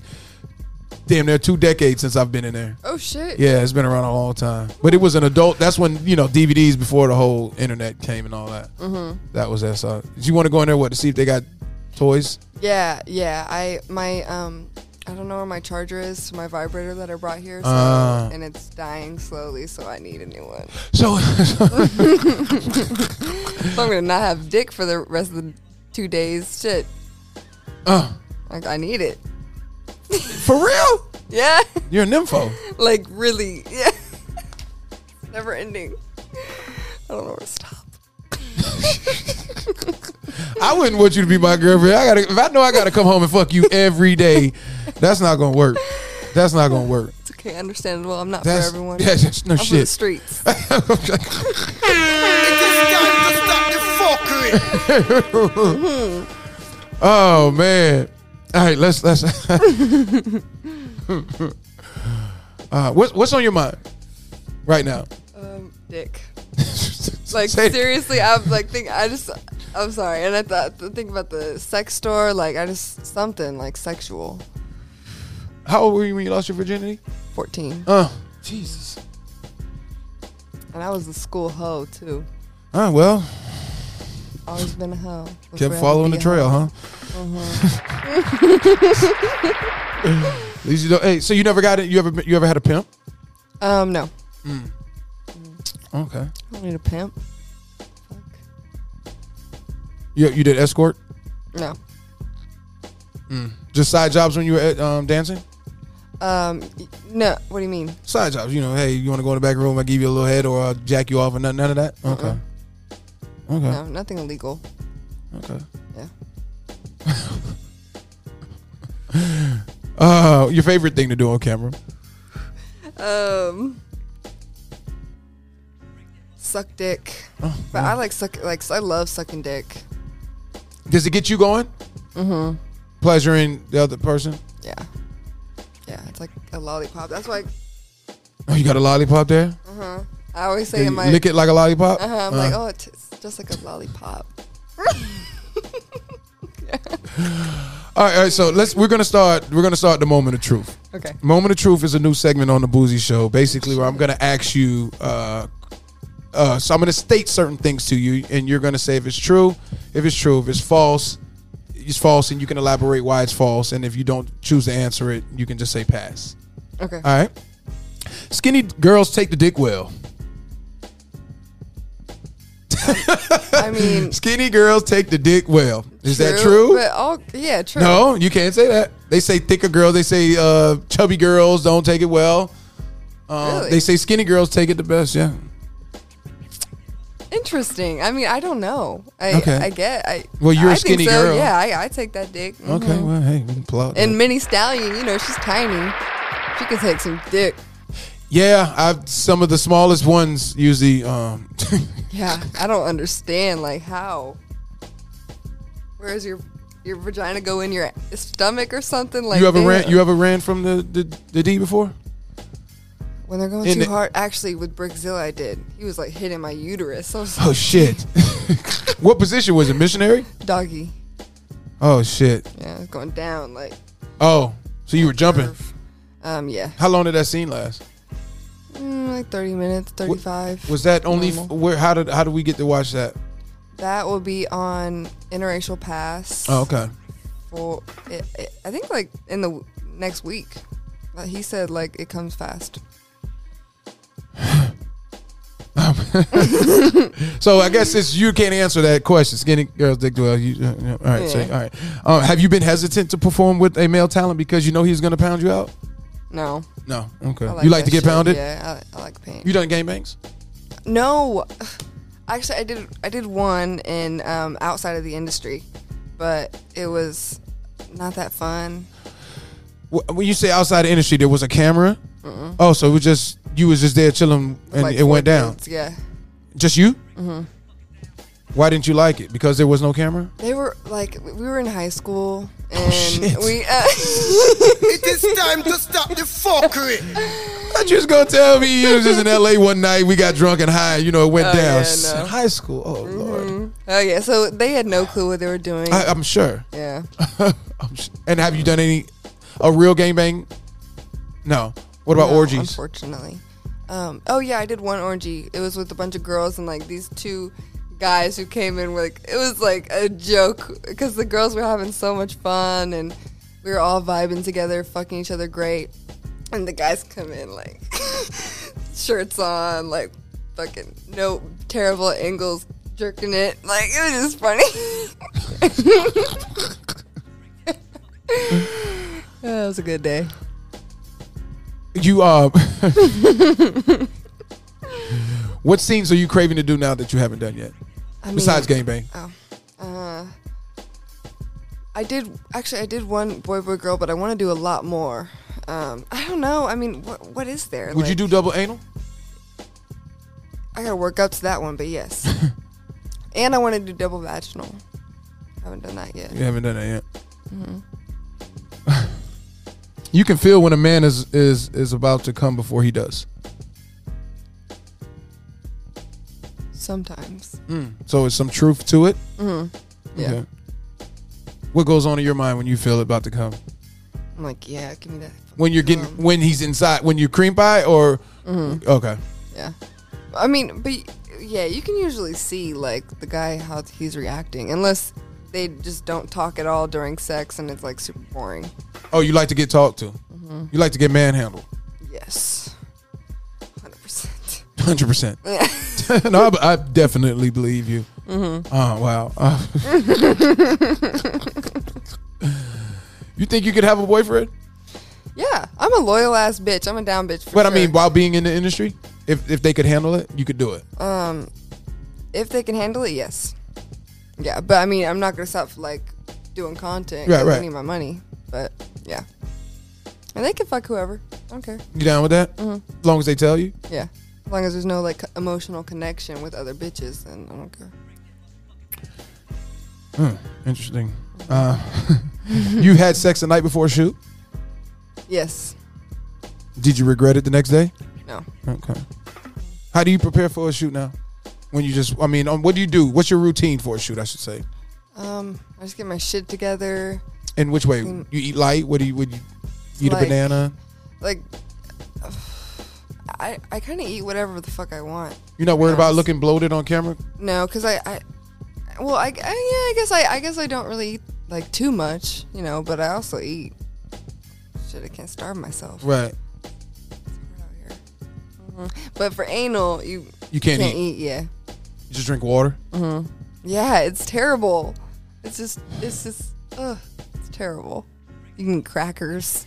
damn near two decades since I've been in there.
Oh shit!
Yeah, it's been around a long time, but it was an adult. That's when you know DVDs before the whole internet came and all that.
Mm-hmm.
That was that. So you want to go in there what to see if they got toys?
Yeah, yeah. I my um I don't know where my charger is to my vibrator that I brought here, so,
Ah.
and it's dying slowly, so I need a new one.
So (laughs)
So I'm gonna not have dick for the rest of the two days. Shit,
uh,
like I need it.
for real,
Yeah, (laughs)
you're a nympho.
like really. Yeah, (laughs) never ending. I don't know where to stop.
I wouldn't want you to be my girlfriend. I gotta if I know I gotta come home and fuck you every day, that's not gonna work. That's not gonna work.
It's okay, understandable. I'm not
That's
for everyone.
Yeah, (laughs) that's no
I'm from the
shit. (laughs)
streets.
(laughs) Oh man. All right, let's let's (laughs) uh, what's what's on your mind right now? (laughs)
um, dick.
like
Like seriously, I'm like think I just I'm sorry, and I thought to think about the sex store. Like I just something like sexual.
How old were you when you lost your virginity?
Fourteen,
Uh Jesus.
and I was a school hoe too.
Uh well,
Always been a hoe. Will
kept
forever Uh-huh.
following
be
the
a
trail, huh? (laughs) At least you don't- hey, so you never got it you ever been- you ever had a pimp?
hoe. Um, no,
Okay.
I don't need a pimp. Fuck.
You, you did escort?
No.
Just side jobs when you were at, um, dancing?
Um, y- no. What do you mean?
Side jobs, you know, hey, you want to go in the back room, I give you a little head or I'll jack you off or none, none of that? Okay. Okay.
No, nothing illegal.
Okay.
Yeah.
Uh, your favorite thing to do on camera?
Um, suck dick.
Oh,
but I like suck. Like I love sucking dick.
Does it get you going? Mm-hmm. Pleasuring the other person?
Yeah. Yeah, it's like a lollipop. That's why
Oh, you got a lollipop there?
I always say
You
in my
Lick it like a lollipop?
Uh-huh, I'm
Uh,
like, oh, it's it's just like a lollipop.
All right, all right. So let's we're gonna start we're gonna start the moment of truth.
Okay.
Moment of Truth is a new segment on the Boozy Show, basically where I'm going to ask you. Uh, uh, so I'm going to state certain things to you, and you're going to say if it's true, if it's true, if it's false, it's false, and you can elaborate why it's false. And if you don't choose to answer it, you can just say pass.
Okay.
All right. Skinny girls take the dick well.
I mean,
Skinny girls take the dick well. (laughs) Is that true?
But all, yeah, true.
No, you can't say that. They say thicker girls. They say uh, chubby girls don't take it well. Uh,
Really?
They say skinny girls take it the best. Yeah.
Interesting. I mean, I don't know. I,
Okay.
I get. I
Well, you're a
I think
skinny
so.
girl.
Yeah, I, I take that dick. Mhm.
Okay. Well, hey, we can applaud.
And Minnie Stallion, you know, she's tiny. She can take some dick.
yeah, I some of the smallest ones usually. Um, (laughs)
Yeah, I don't understand like how. Where is your your vagina go in your stomach or something? Like uh,
you ever
damn.
ran? You ever ran from the the, the D before?
when they're going
in
too
the-
hard. Actually, with Brickzilla, I did. He was like hitting my uterus. So I was like,
Oh shit! (laughs) what position was it? Missionary?
doggy.
Oh shit!
Yeah, it's going
(laughs)
down like.
Oh, so you were jumping.
Um, yeah,
How long did that scene last?
mm, like thirty minutes, thirty-five.
Was that only f-
Normal.
where? How did how did we get to watch that?
That will be on interracial pass.
Oh, okay.
For it, it, I think like in the w- next week. Uh, He said like it comes fast.
So I guess it's you can't answer that question. Skinny girls dick well. You, uh, yeah, all right, so, all
Yeah.
right. Um, have you been hesitant to perform with a male talent because you know he's going to pound you out?
No,
No. Okay.
I
you like to
that
get
shit.
pounded?
Yeah, I, I like pain.
You done gangbangs?
no, (sighs) actually, I did. I did one in um, outside of the industry, but it was not that fun.
Wh- When you say outside the industry, there was a camera. Oh, so it was just you was just there chilling and
Like
it went
four
down.
dudes, Yeah,
Just you? Mm-hmm. Why didn't you like it? Because there was no camera.
they were like we were in high school and
Oh, shit.
we. Uh, (laughs)
It is time to stop the fuckery.
I just gonna tell me you was just in L.A. one night. We got drunk and high. You know it went down.
Oh, yeah, no.
In high school. Oh lord.
oh yeah, so they had no clue what they were doing.
I, I'm sure.
yeah.
(laughs) I'm sh- and have you done any a real gangbang? No. What about
No,
orgies?
Oh, Unfortunately. Um, oh yeah, I did one orgy. It was with a bunch of girls and like these two guys who came in. Were, like it was like a joke because the girls were having so much fun and we were all vibing together, fucking each other great. And the guys come in like (laughs) shirts on, like fucking no terrible angles, jerking it. Like it was just funny. (laughs) That was a good day.
You uh (laughs) What scenes are you craving to do now that you haven't done yet?
Mm. I
Besides
mean,
gangbang.
Uh, I did actually. I did one boy, boy, girl, but I want to do a lot more. Um, I don't know. I mean, what what is there?
Would you
Like,
do double anal?
I gotta work up to that one, but yes.
(laughs)
and I want to do double vaginal. I haven't done that yet.
You haven't done that yet. Mm-hmm. (laughs) you can feel when a man is is is about to come before he does.
Sometimes.
So it's some truth to it.
Mm-hmm. Yeah.
Okay. What goes on in your mind when you feel about to come?
I'm like, yeah, give me that.
When you're getting when he's inside when you cream pie or okay.
Yeah. I mean, but yeah, you can usually see like the guy how he's reacting, unless they just don't talk at all during sex and it's like super boring.
Oh, you like to get talked to. You like to get manhandled.
Yes. Hundred percent.
Hundred percent. (laughs) No, I, I definitely believe you. Oh wow. Uh, (laughs) you think you could have a boyfriend?
Yeah, I'm a loyal ass bitch. I'm a down bitch. For
But I
sure.
mean, while being in the industry, if if they could handle it, you could do it.
if they can handle it, yes. Yeah, but I mean, I'm not gonna stop like doing content.
Right,
'cause
right.
I need my money, but yeah. And they can fuck whoever. I don't care.
you down with that? As long as they tell you.
Yeah, as long as there's no like emotional connection with other bitches, then I don't care.
Interesting. Uh, (laughs) you had sex the night before shoot.
Yes.
Did you regret it the next day?
No.
Okay. How do you prepare for a shoot now? When you just, I mean, um, what do you do? What's your routine for a shoot? I should say.
Um, I just get my shit together.
In which way? You eat light? What do you? Would you eat a
Like-
banana?
Like, (sighs) I I kind of eat whatever the fuck I want.
You're not worried about
Yes.
looking bloated on camera?
No, because I, I, well, I, I- yeah, I guess I, I guess I don't really eat like too much, you know. But I also eat. Shit, I can't starve myself.
Right.
out here. Mhm. But for anal, you
You can't eat.
yeah.
Just drink water.
Yeah, it's terrible. It's just, it's just, ugh, it's terrible. You can crackers.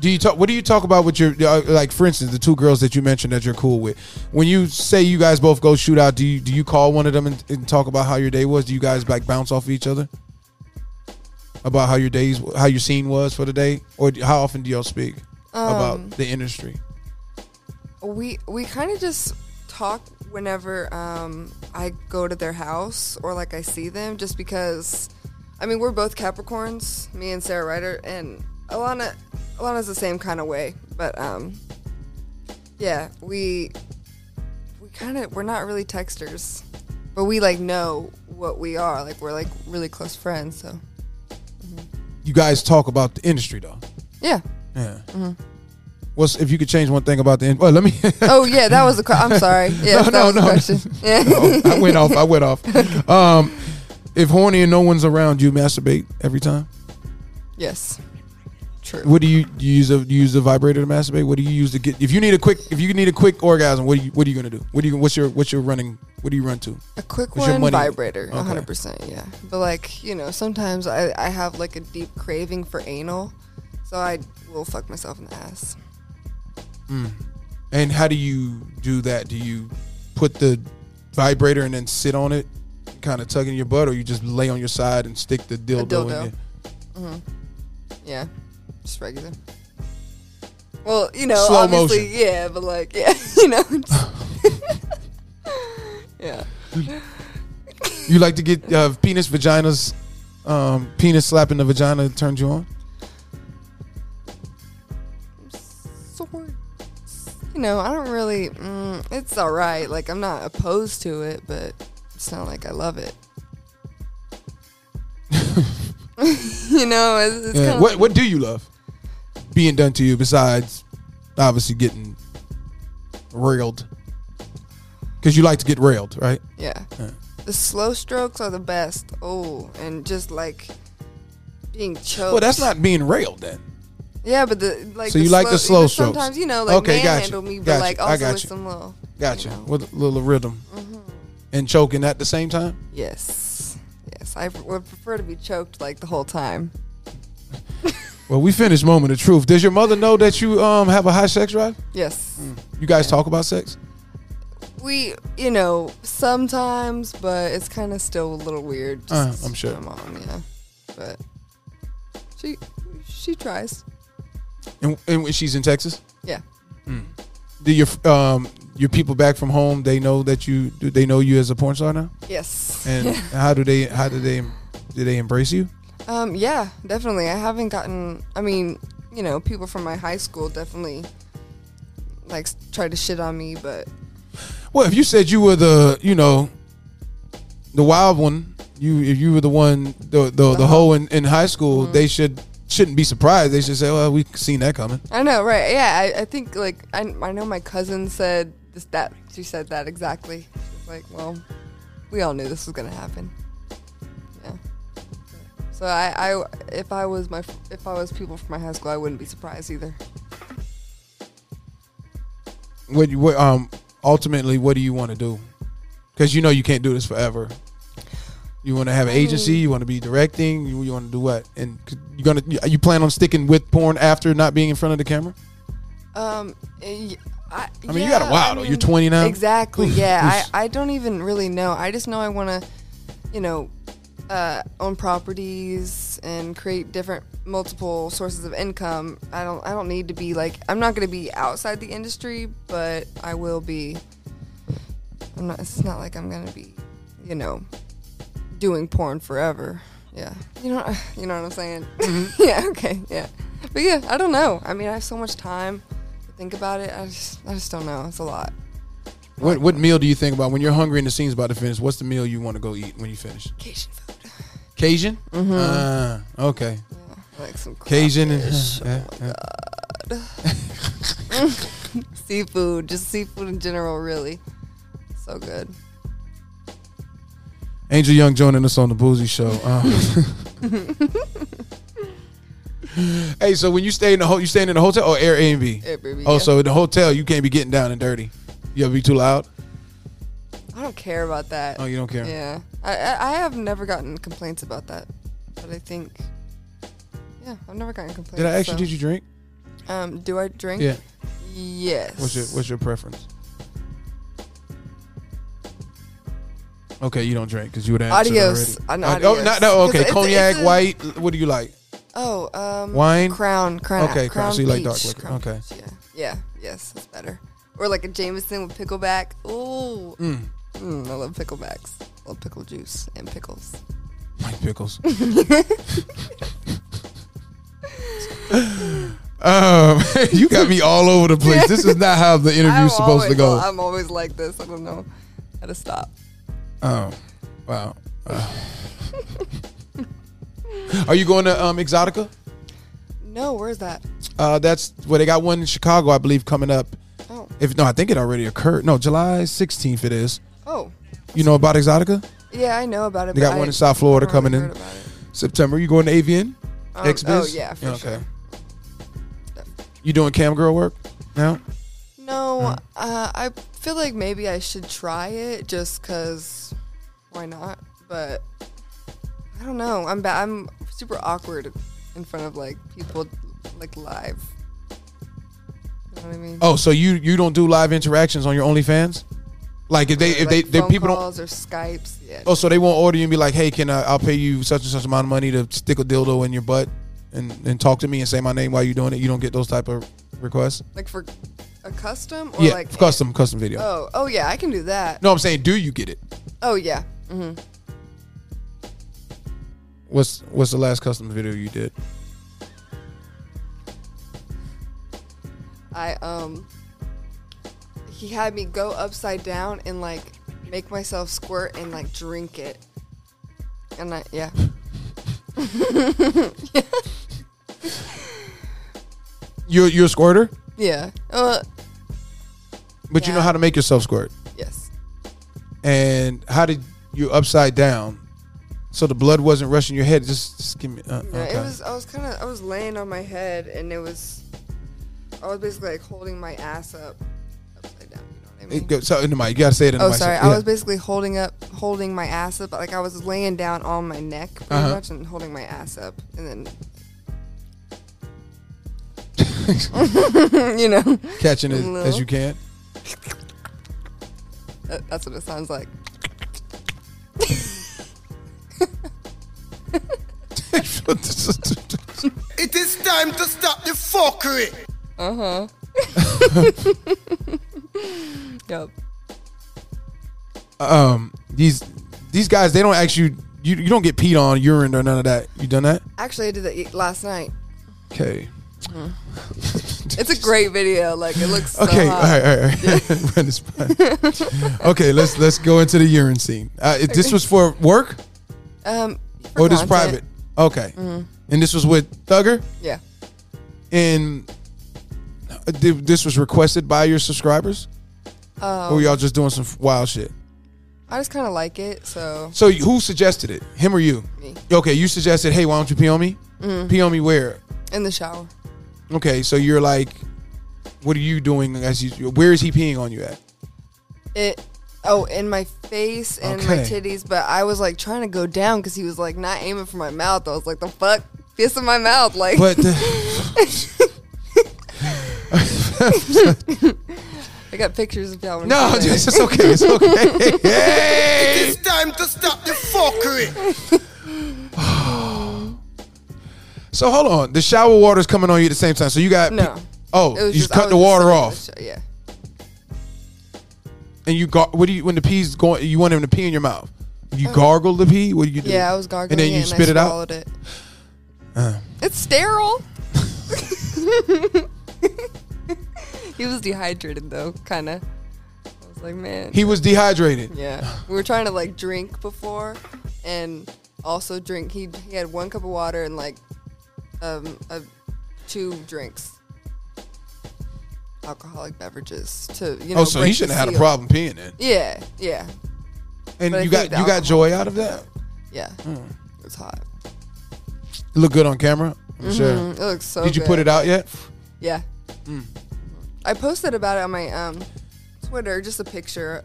Do you talk? What do you talk about with your uh, like? For instance, the two girls that you mentioned that you're cool with. When you say you guys both go shoot out, do you do you call one of them and, and talk about how your day was? Do you guys like bounce off each other about how your days, how your scene was for the day, or do- how often do y'all speak about the industry?
we we kind of just talk whenever um, I go to their house or like I see them, just because. I mean, we're both Capricorns, me and Sarah Ryder, and Alana. Alana's the same kind of way, but um, yeah, we we kind of we're not really texters, but we like know what we are. Like we're like really close friends, so
You guys talk about the industry though.
yeah.
Yeah. What's if you could change one thing about the? in- Well, let me. (laughs)
Oh yeah, that was the. que- I'm sorry.
No,
Yeah, that
no,
was
no.
the question.
(laughs)
Yeah.
Oh, I went off. I went off. Um, if horny and no one's around, you masturbate every time.
(laughs) yes. True.
What do you, do you use? A, do you use a vibrator to masturbate? What do you use to get? If you need a quick, if you need a quick orgasm, what are you, what are you gonna do? What do you? What's your what's your running? What do you run to?
A quick
Is your
one
money-
vibrator,
Okay.
one hundred percent, yeah. But like you know, sometimes I, I have like a deep craving for anal, so I will fuck myself in the ass.
And how do you do that? Do you put the vibrator and then sit on it, kind of tugging your butt, or you just lay on your side and stick the dildo,
dildo.
in there?
Yeah, just regular. Well, you know,
Slow
obviously, yeah, but like, (laughs) yeah, you know,
(laughs)
it's- (laughs) yeah.
You like to get uh, penis vaginas, um, penis slapping the vagina turns you on.
Sort. You know, I don't really. Mm, it's all right. Like, I'm not opposed to it, but it's not like I
(laughs)
love it. (laughs) you know, it's, it's
Yeah.
kind of
What what do you love being done to you besides obviously getting railed? Because you like to get railed, right?
Yeah. The slow strokes are the best. Oh, and just like being choked.
Well, that's not being railed then.
Yeah, but the like.
So you like the slow
even
strokes.
Sometimes you know, like
Okay, gotcha,
manhandle me, but
gotcha,
like
I
also with
gotcha.
some little.
Gotcha.
You know.
With a little rhythm and choking at the same time.
Yes. Yes, I pr- would prefer to be choked like the whole time.
Well, we finished moment of truth. Does your mother know that you um have a high sex drive?
Yes.
You guys talk about sex.
We, you know, sometimes, but it's kind of still a little weird.
Uh,
just
I'm sure.
My mom, yeah, but she she tries.
And, and when she's in Texas,
Yeah.
do your um your people back from home they know that you do they know you as a porn star now?
Yes.
And how do they how do they do they embrace you?
Um, yeah, definitely. I haven't gotten. I mean, you know, people from my high school definitely like s- tried to shit on me, but
Well, if you said you were the, you know, the wild one, you if you were the one, the the, the hoe in, in high school, they should shouldn't be surprised. They should say, "Well, we seen that coming."
I know, right? Yeah, I, I think like I, I know my cousin said this that she said that exactly. She's like, well, we all knew this was gonna happen. Yeah. So I, I if I was my if I was people from my high school, I wouldn't be surprised either.
What, you- what um ultimately, what do you want to do? Because you know you can't do this forever. You want to have an agency. You want to be directing. You, you want to do what? And c- you gonna you, you plan on sticking with porn after not being in front of the camera?
Um, y- I,
I mean, you got a
yeah,
while,
I
though. You're
mean,
20 now?
Exactly.
Oof,
yeah.
oof.
I, I don't even really know. I just know I want to, you know, uh, own properties and create different multiple sources of income. I don't. I don't need to be like. I'm not going to be outside the industry, but I will be. I'm not. It's not like I'm going to be, you know, doing porn forever. Yeah. You know. (sighs) You know what I'm saying?
Mm-hmm.
(laughs) yeah. Okay. Yeah. But yeah, I don't know. I mean, I have so much time to think about it. I just, I just don't know. It's a lot.
What what meal do you think about when you're hungry and the scene's about to finish? What's the meal you want to go eat when you finish?
Cajun food.
Cajun. Ah, okay.
Like some
Cajun and
crawfish,
yeah, yeah.
seafood, just seafood in general, really. So good.
Angel Young joining us on the Boozy Show. Uh, (laughs) hey, so when you stay in the ho- you staying in the hotel or Airbnb?
Airbnb,
Oh,
yeah.
so in the hotel you can't be getting down and dirty. You ever be too loud?
I don't care about that.
Oh, you don't care?
Yeah, I I, I have never gotten complaints about that, but I think. Yeah, I've never gotten complaints.
Did I actually?
so-
Did you drink?
Um, do I drink?
Yeah.
Yes.
What's your What's your preference? Okay, you don't drink because you would answer
Adios.
already.
I know
Oh, no,
adios.
no,
'Cause
okay.
it's-
Cognac,
it's a-
white. What do you like?
Oh, um,
Wine?
Crown, Crown.
Okay, Crown.
Crown.
So you like dark
Peach,
liquor.
Crown
Okay.
Peach, Yeah. Yeah. Yes, that's better. Or like a Jameson with pickleback. Ooh. Mm. I love picklebacks. Love pickle juice and pickles.
Like
(laughs)
pickles. um, (laughs) you got me all over the place. This is not how
(laughs)
the interview's supposed
always,
to go.
I'm always like this. I don't know how to stop.
Oh, wow. Uh. Are you going to um, Exotica?
No, where's that?
Uh, that's where they got one in Chicago, I believe, coming up.
Oh.
If no, I think it already occurred. No, July 16th it is.
Oh.
You know about Exotica?
Yeah, I know about it.
They
but
got
I
one in South Florida
never
coming in.
heard about it.
September. You going to AVN?
Um,
XBiz?
oh, yeah, for sure.
You doing cam girl work now?
No,
Hmm.
uh, I feel like maybe I should try it just because why not? But I don't know. I'm ba- I'm super awkward in front of like people like live. You know what I mean?
Oh, so you you don't do live interactions on your OnlyFans? Like if they if they,
Like,
they
phone
people don't.
calls or Skypes. Yeah.
Oh, so they won't order you and be like, "Hey, can I, I'll pay you such and such amount of money to stick a dildo in your butt and and talk to me and say my name while you're doing it." You don't get those type of requests.
Like for a custom or
yeah,
like
custom custom video.
Oh, oh yeah, I can do that.
no, I'm saying, do you get it?
Oh yeah. hmm
What's what's the last custom video you did?
I um he had me go upside down and like make myself squirt and like drink it. And I yeah.
You're you're a squirter,
Yeah. Uh
but you know
Yeah.
how to make yourself squirt.
yes.
And how did you upside down? So the blood wasn't rushing your head. Just, just give me. Uh,
Yeah,
okay.
it was I was kind of I was laying on my head and it was I was basically like holding my ass up upside down, you know what I mean?
It go- so in the mic, you gotta say it in the
Oh,
mic.
sorry.
So-
I
yeah.
was basically holding up, holding my ass up. Like I was laying down on my neck, pretty
Uh-huh.
much, and holding my ass up, and then, (laughs) you know,
(laughs) catching it
No.
as you can. (laughs)
that- that's what it sounds like.
It is time to stop the fuckery.
Uh huh. yep.
um, these these guys, they don't actually. You, you don't get peed on, urine, or none of that. You done that?
Actually, I did that y- last night.
Okay.
It's a great (laughs) video. Like it looks. So
Okay, all
hot.
right, all right. (laughs) Run this back.
(laughs)
okay, let's let's go into the urine scene. Uh, if this was for work
Um. for
or this
content,
Oh,
Mm-hmm.
private? Okay, and this was with Thugger,
Yeah.
and uh, th- this was requested by your subscribers.
Oh.
or were y'all just doing some f- wild shit?
I just kind of like it, so
So you- who suggested it? Him or you?
Me. Mm-hmm.
Okay, you suggested, hey, why don't you pee on me? Pee on me where?
in the shower.
Okay, so you're like, what are you doing? As you, where is he peeing on you at?
It. Oh, in my face and my
Okay.
titties, but I was like trying to go down because he was like not aiming for my mouth. I was like, the fuck, fist in my mouth, like.
But the,
(laughs) I got pictures of y'all.
no, dude, it's just okay. It's okay. (laughs)
It is time to stop the fuckery.
So hold on, the shower water's coming on you at the same time. So you got
No.
oh, you just cut the water off,
Yeah.
and you got what do you when the pee's going? You want him to pee in your mouth? You gargle the pee? What do you do?
Uh-huh. Yeah, I was gargling
and then you
it
spit
I
it out. Uh.
swallowed It.
(laughs)
It's sterile. he was dehydrated though, kind of. I was like, man.
He was dehydrated.
yeah, we were trying to like drink before, and also drink. He he had one cup of water and like um a, two drinks. Alcoholic beverages to you know.
oh, so he
break
shouldn't
the
have had a
seal.
problem peeing
(laughs)
then.
Yeah, yeah,
And
But I
you got
think the
you got joy out of that.
yeah.
Hmm.
It was hot. Mm,
It looked good on camera. I'm sure.
It looks so.
Did you
Mm-hmm. good.
put it out yet?
Yeah.
Hmm.
I posted about it on my um, Twitter, just a picture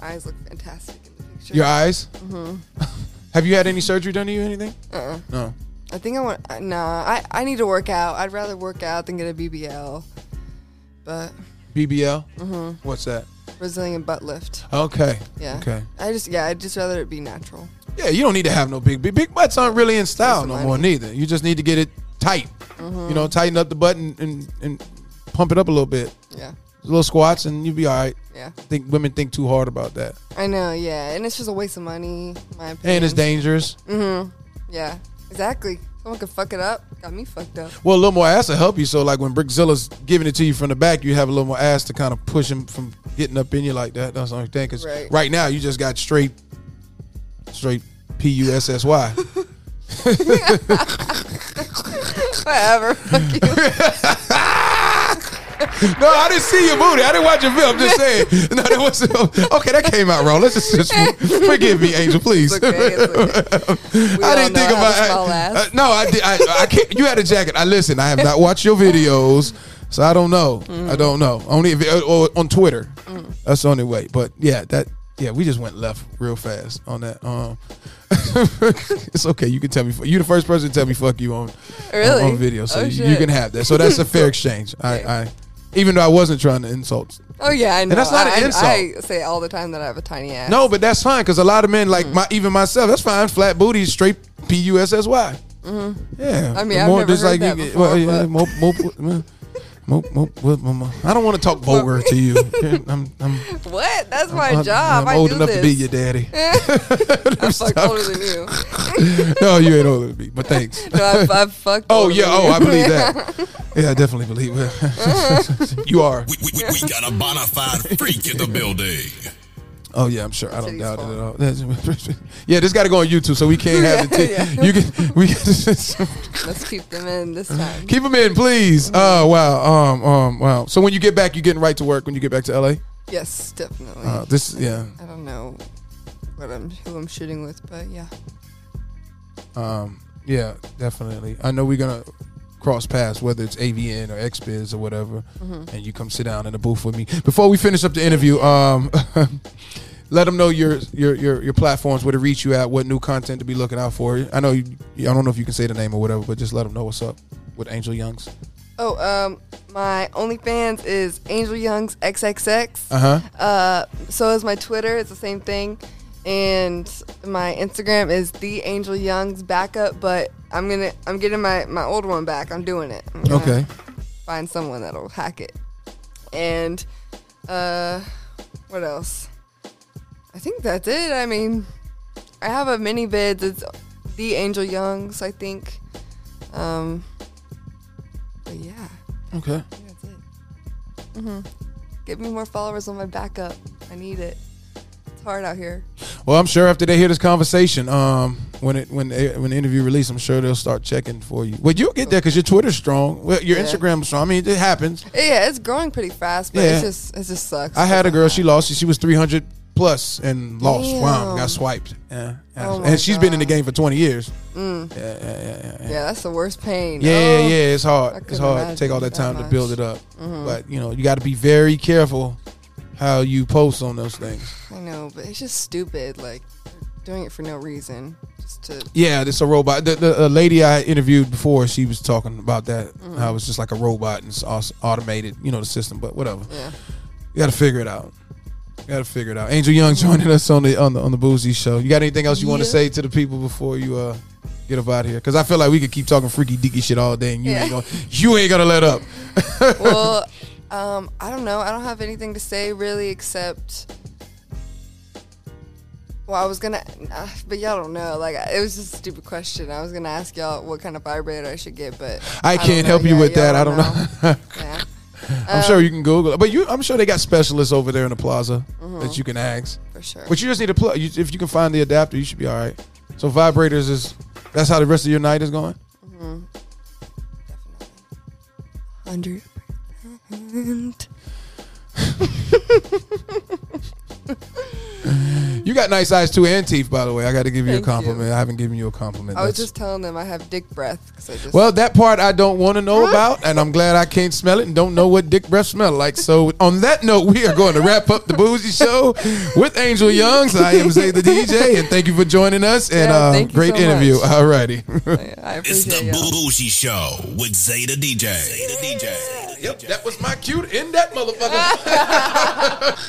eyes look fantastic in the picture.
Your eyes?
Mm-hmm.
(laughs) Have you had any surgery done to you? Anything?
Uh-uh.
No.
I think I want. uh, Nah, I, I need to work out. I'd rather work out than get a BBL. But
BBL. What's that?
Brazilian butt lift.
Okay.
Mm-hmm. Yeah.
Okay.
I just yeah, I'd just rather it be natural.
Yeah, you don't need to have no big big big butts aren't really in style no
Doesn't
more
matter.
neither. You just need to get it tight.
Mm-hmm.
You know, tighten up the button and, and pump it up a little bit.
Yeah.
Little squats and you'll be all right.
Yeah.
I think women think too hard about that.
I know. Yeah, and it's just a waste of money. My opinion.
And it's dangerous.
Yeah. Exactly. Someone could fuck it up. Got me fucked up.
Well, a little more ass to help you. So, like when Brickzilla's giving it to you from the back, you have a little more ass to kind of push him from getting up in you like that. That's the only thing. Because right.
Right.
now, you just got straight, straight P U S S
(laughs)
Y.
Whatever. (laughs) Fuck
(laughs)
you.
No, I didn't see your booty. I didn't watch your film. I'm
(laughs)
just saying. No, that was okay. That came out wrong. Let's just, just forgive me, Angel, please.
It's okay. It's okay. We
I
all
didn't think
know I have a
about.
small
I-
ass.
uh, no, I did. I, I can't. You had a jacket. I listen. I have not watched your videos, so I don't know.
Mm.
I don't know. Only if, uh, or on Twitter. That's the only way. But yeah, that yeah, we just went left real fast on that. Um, (laughs) it's okay. You can tell me. You the first person to tell me fuck you on
Really?
on, on video, so
Oh,
you, you
shit.
can have that. So that's a
(laughs)
fair exchange. I, I even though I wasn't trying to insult
Oh yeah, I know.
that's not
I,
an insult.
I, I say all the time that I have a tiny ass.
No, but that's fine because a lot of men,
Mm.
like my even myself, that's fine. Flat booty, straight P U S S Y. Yeah,
Mm-hmm. I
The
mean, I've never
just
heard
you
that
get-
before,
well, yeah,
but-
mo- mo- mo- mo- mo- mo- mo- mo- I don't want to talk vulgar to
(laughs)
you. I'm, I'm,
What? That's my
I'm,
job.
I'm
i
old
do
enough
this.
to be your
(laughs)
daddy. (laughs)
I'm fucked older than you.
no, you ain't old enough to be, but thanks.
(laughs) No,
(laughs)
I've, I've fucked.
Oh
older
yeah,
than
oh
you.
I believe that. Yeah, I definitely believe it. you are.
(laughs)
We, we, we, we got a bona fide freak in the building.
Oh yeah, I'm sure. I don't
Titties
doubt it
fall.
at all. That's- (laughs) yeah, this got to go on YouTube, so we can't have the
(laughs)
t-
Yeah.
you can we can. (laughs)
(laughs) Let's keep them in this time.
Keep them in, please. Oh wow, um, um, wow. So when you get back, you're getting right to work. When you get back to LA,
Yes, definitely.
uh, this, yeah.
I don't know what I'm who I'm shooting with, but yeah.
Um, yeah, definitely. I know we're gonna cross paths, whether it's AVN or XBiz or whatever, and you come sit down in the booth with me. Before we finish up the interview, um, (laughs) let them know your, your your your platforms where to reach you at, what new content to be looking out for. I know you, I don't know if you can say the name or whatever, but just let them know what's up with Angel Youngs.
Oh, um, my OnlyFans is Angel Young's XXX.
Uh huh.
Uh, so is my Twitter. It's the same thing, and my Instagram is the Angel Young's backup. But I'm gonna I'm getting my my old one back. I'm doing it. I'm gonna
Okay.
Find someone that'll hack it. And uh, what else? I think that's it. I mean, I have a mini vid. It's the Angel Youngs. I think. Um, but yeah,
Okay.
I think that's it. Mm-hmm. Give me more followers on my backup. I need it. It's hard out here.
Well, I'm sure after they hear this conversation, um, when it when they, when the interview release, I'm sure they'll start checking for you. Well, you'll get there because your Twitter's strong. Well, your
Yeah.
Instagram's strong. I mean, it happens.
Yeah, it's growing pretty fast, but
Yeah.
it's just it just sucks.
I had a girl. She lost. She was 300 plus and lost. Wow,
Damn.
got swiped. Yeah.
Oh my
and she's been in the
God.
game for 20 years.
yeah, that's the worst pain.
Yeah,
Oh.
yeah, it's hard. It's
couldn't
hard to take all that
imagine
time to
that
build
much. Mm-hmm.
it up. But you know, you got to be very careful how you post on those things.
I know, but it's just stupid. Like doing it for no reason, just to
(laughs) Yeah, it's a robot. The, the uh, lady I interviewed before, she was talking about that.
Mm.
How it's just like a robot and it's aus- automated, you know, the system. But whatever,
yeah.
you got to figure it out. You got to figure it out. Angel Young joining us on the on the on the Boozy Show. You got anything else you want to
Yeah.
say to the people before you uh get up out of here? Because I feel like we could keep talking freaky deaky shit all day, and you
Yeah.
ain't gonna you ain't gonna let up.
well, um, I don't know. I don't have anything to say really, except. Well, I was gonna, uh, but y'all don't know. Like, it was just a stupid question. I was gonna ask y'all what kind of vibrator I should get, but
I
don't Um,
can't
know
help you
yet.
with
Y'all
that. I don't (laughs) know.
yeah.
I'm sure you can Google it, but you I'm sure they got specialists over there in the plaza
Mm-hmm.
that you can ask.
for sure.
But you just need a plug. You, if you can find the adapter, you should be all right. So vibrators is that's how the rest of your night is going.
Hundred. percent.
You got nice eyes too, and teeth. By the way, I got to give you
Thank
a
you.
compliment. I haven't given you a compliment.
I was
That's-
just telling them I have dick breath because I just
well, that part I don't want to know about, and I'm glad I can't smell it and don't know what dick breath smell like. So, on that note, we are going to wrap up the Boozy Show with Angel Youngs. I am Zay the DJ, and thank you for joining us. And
Yeah,
uh,
thank you
great
so much.
interview. All righty.
I
It's the
appreciate y'all.
Boo Bougie Show with Zeta DJ. Zeta DJ.
yep, that was my cute in that motherfucker.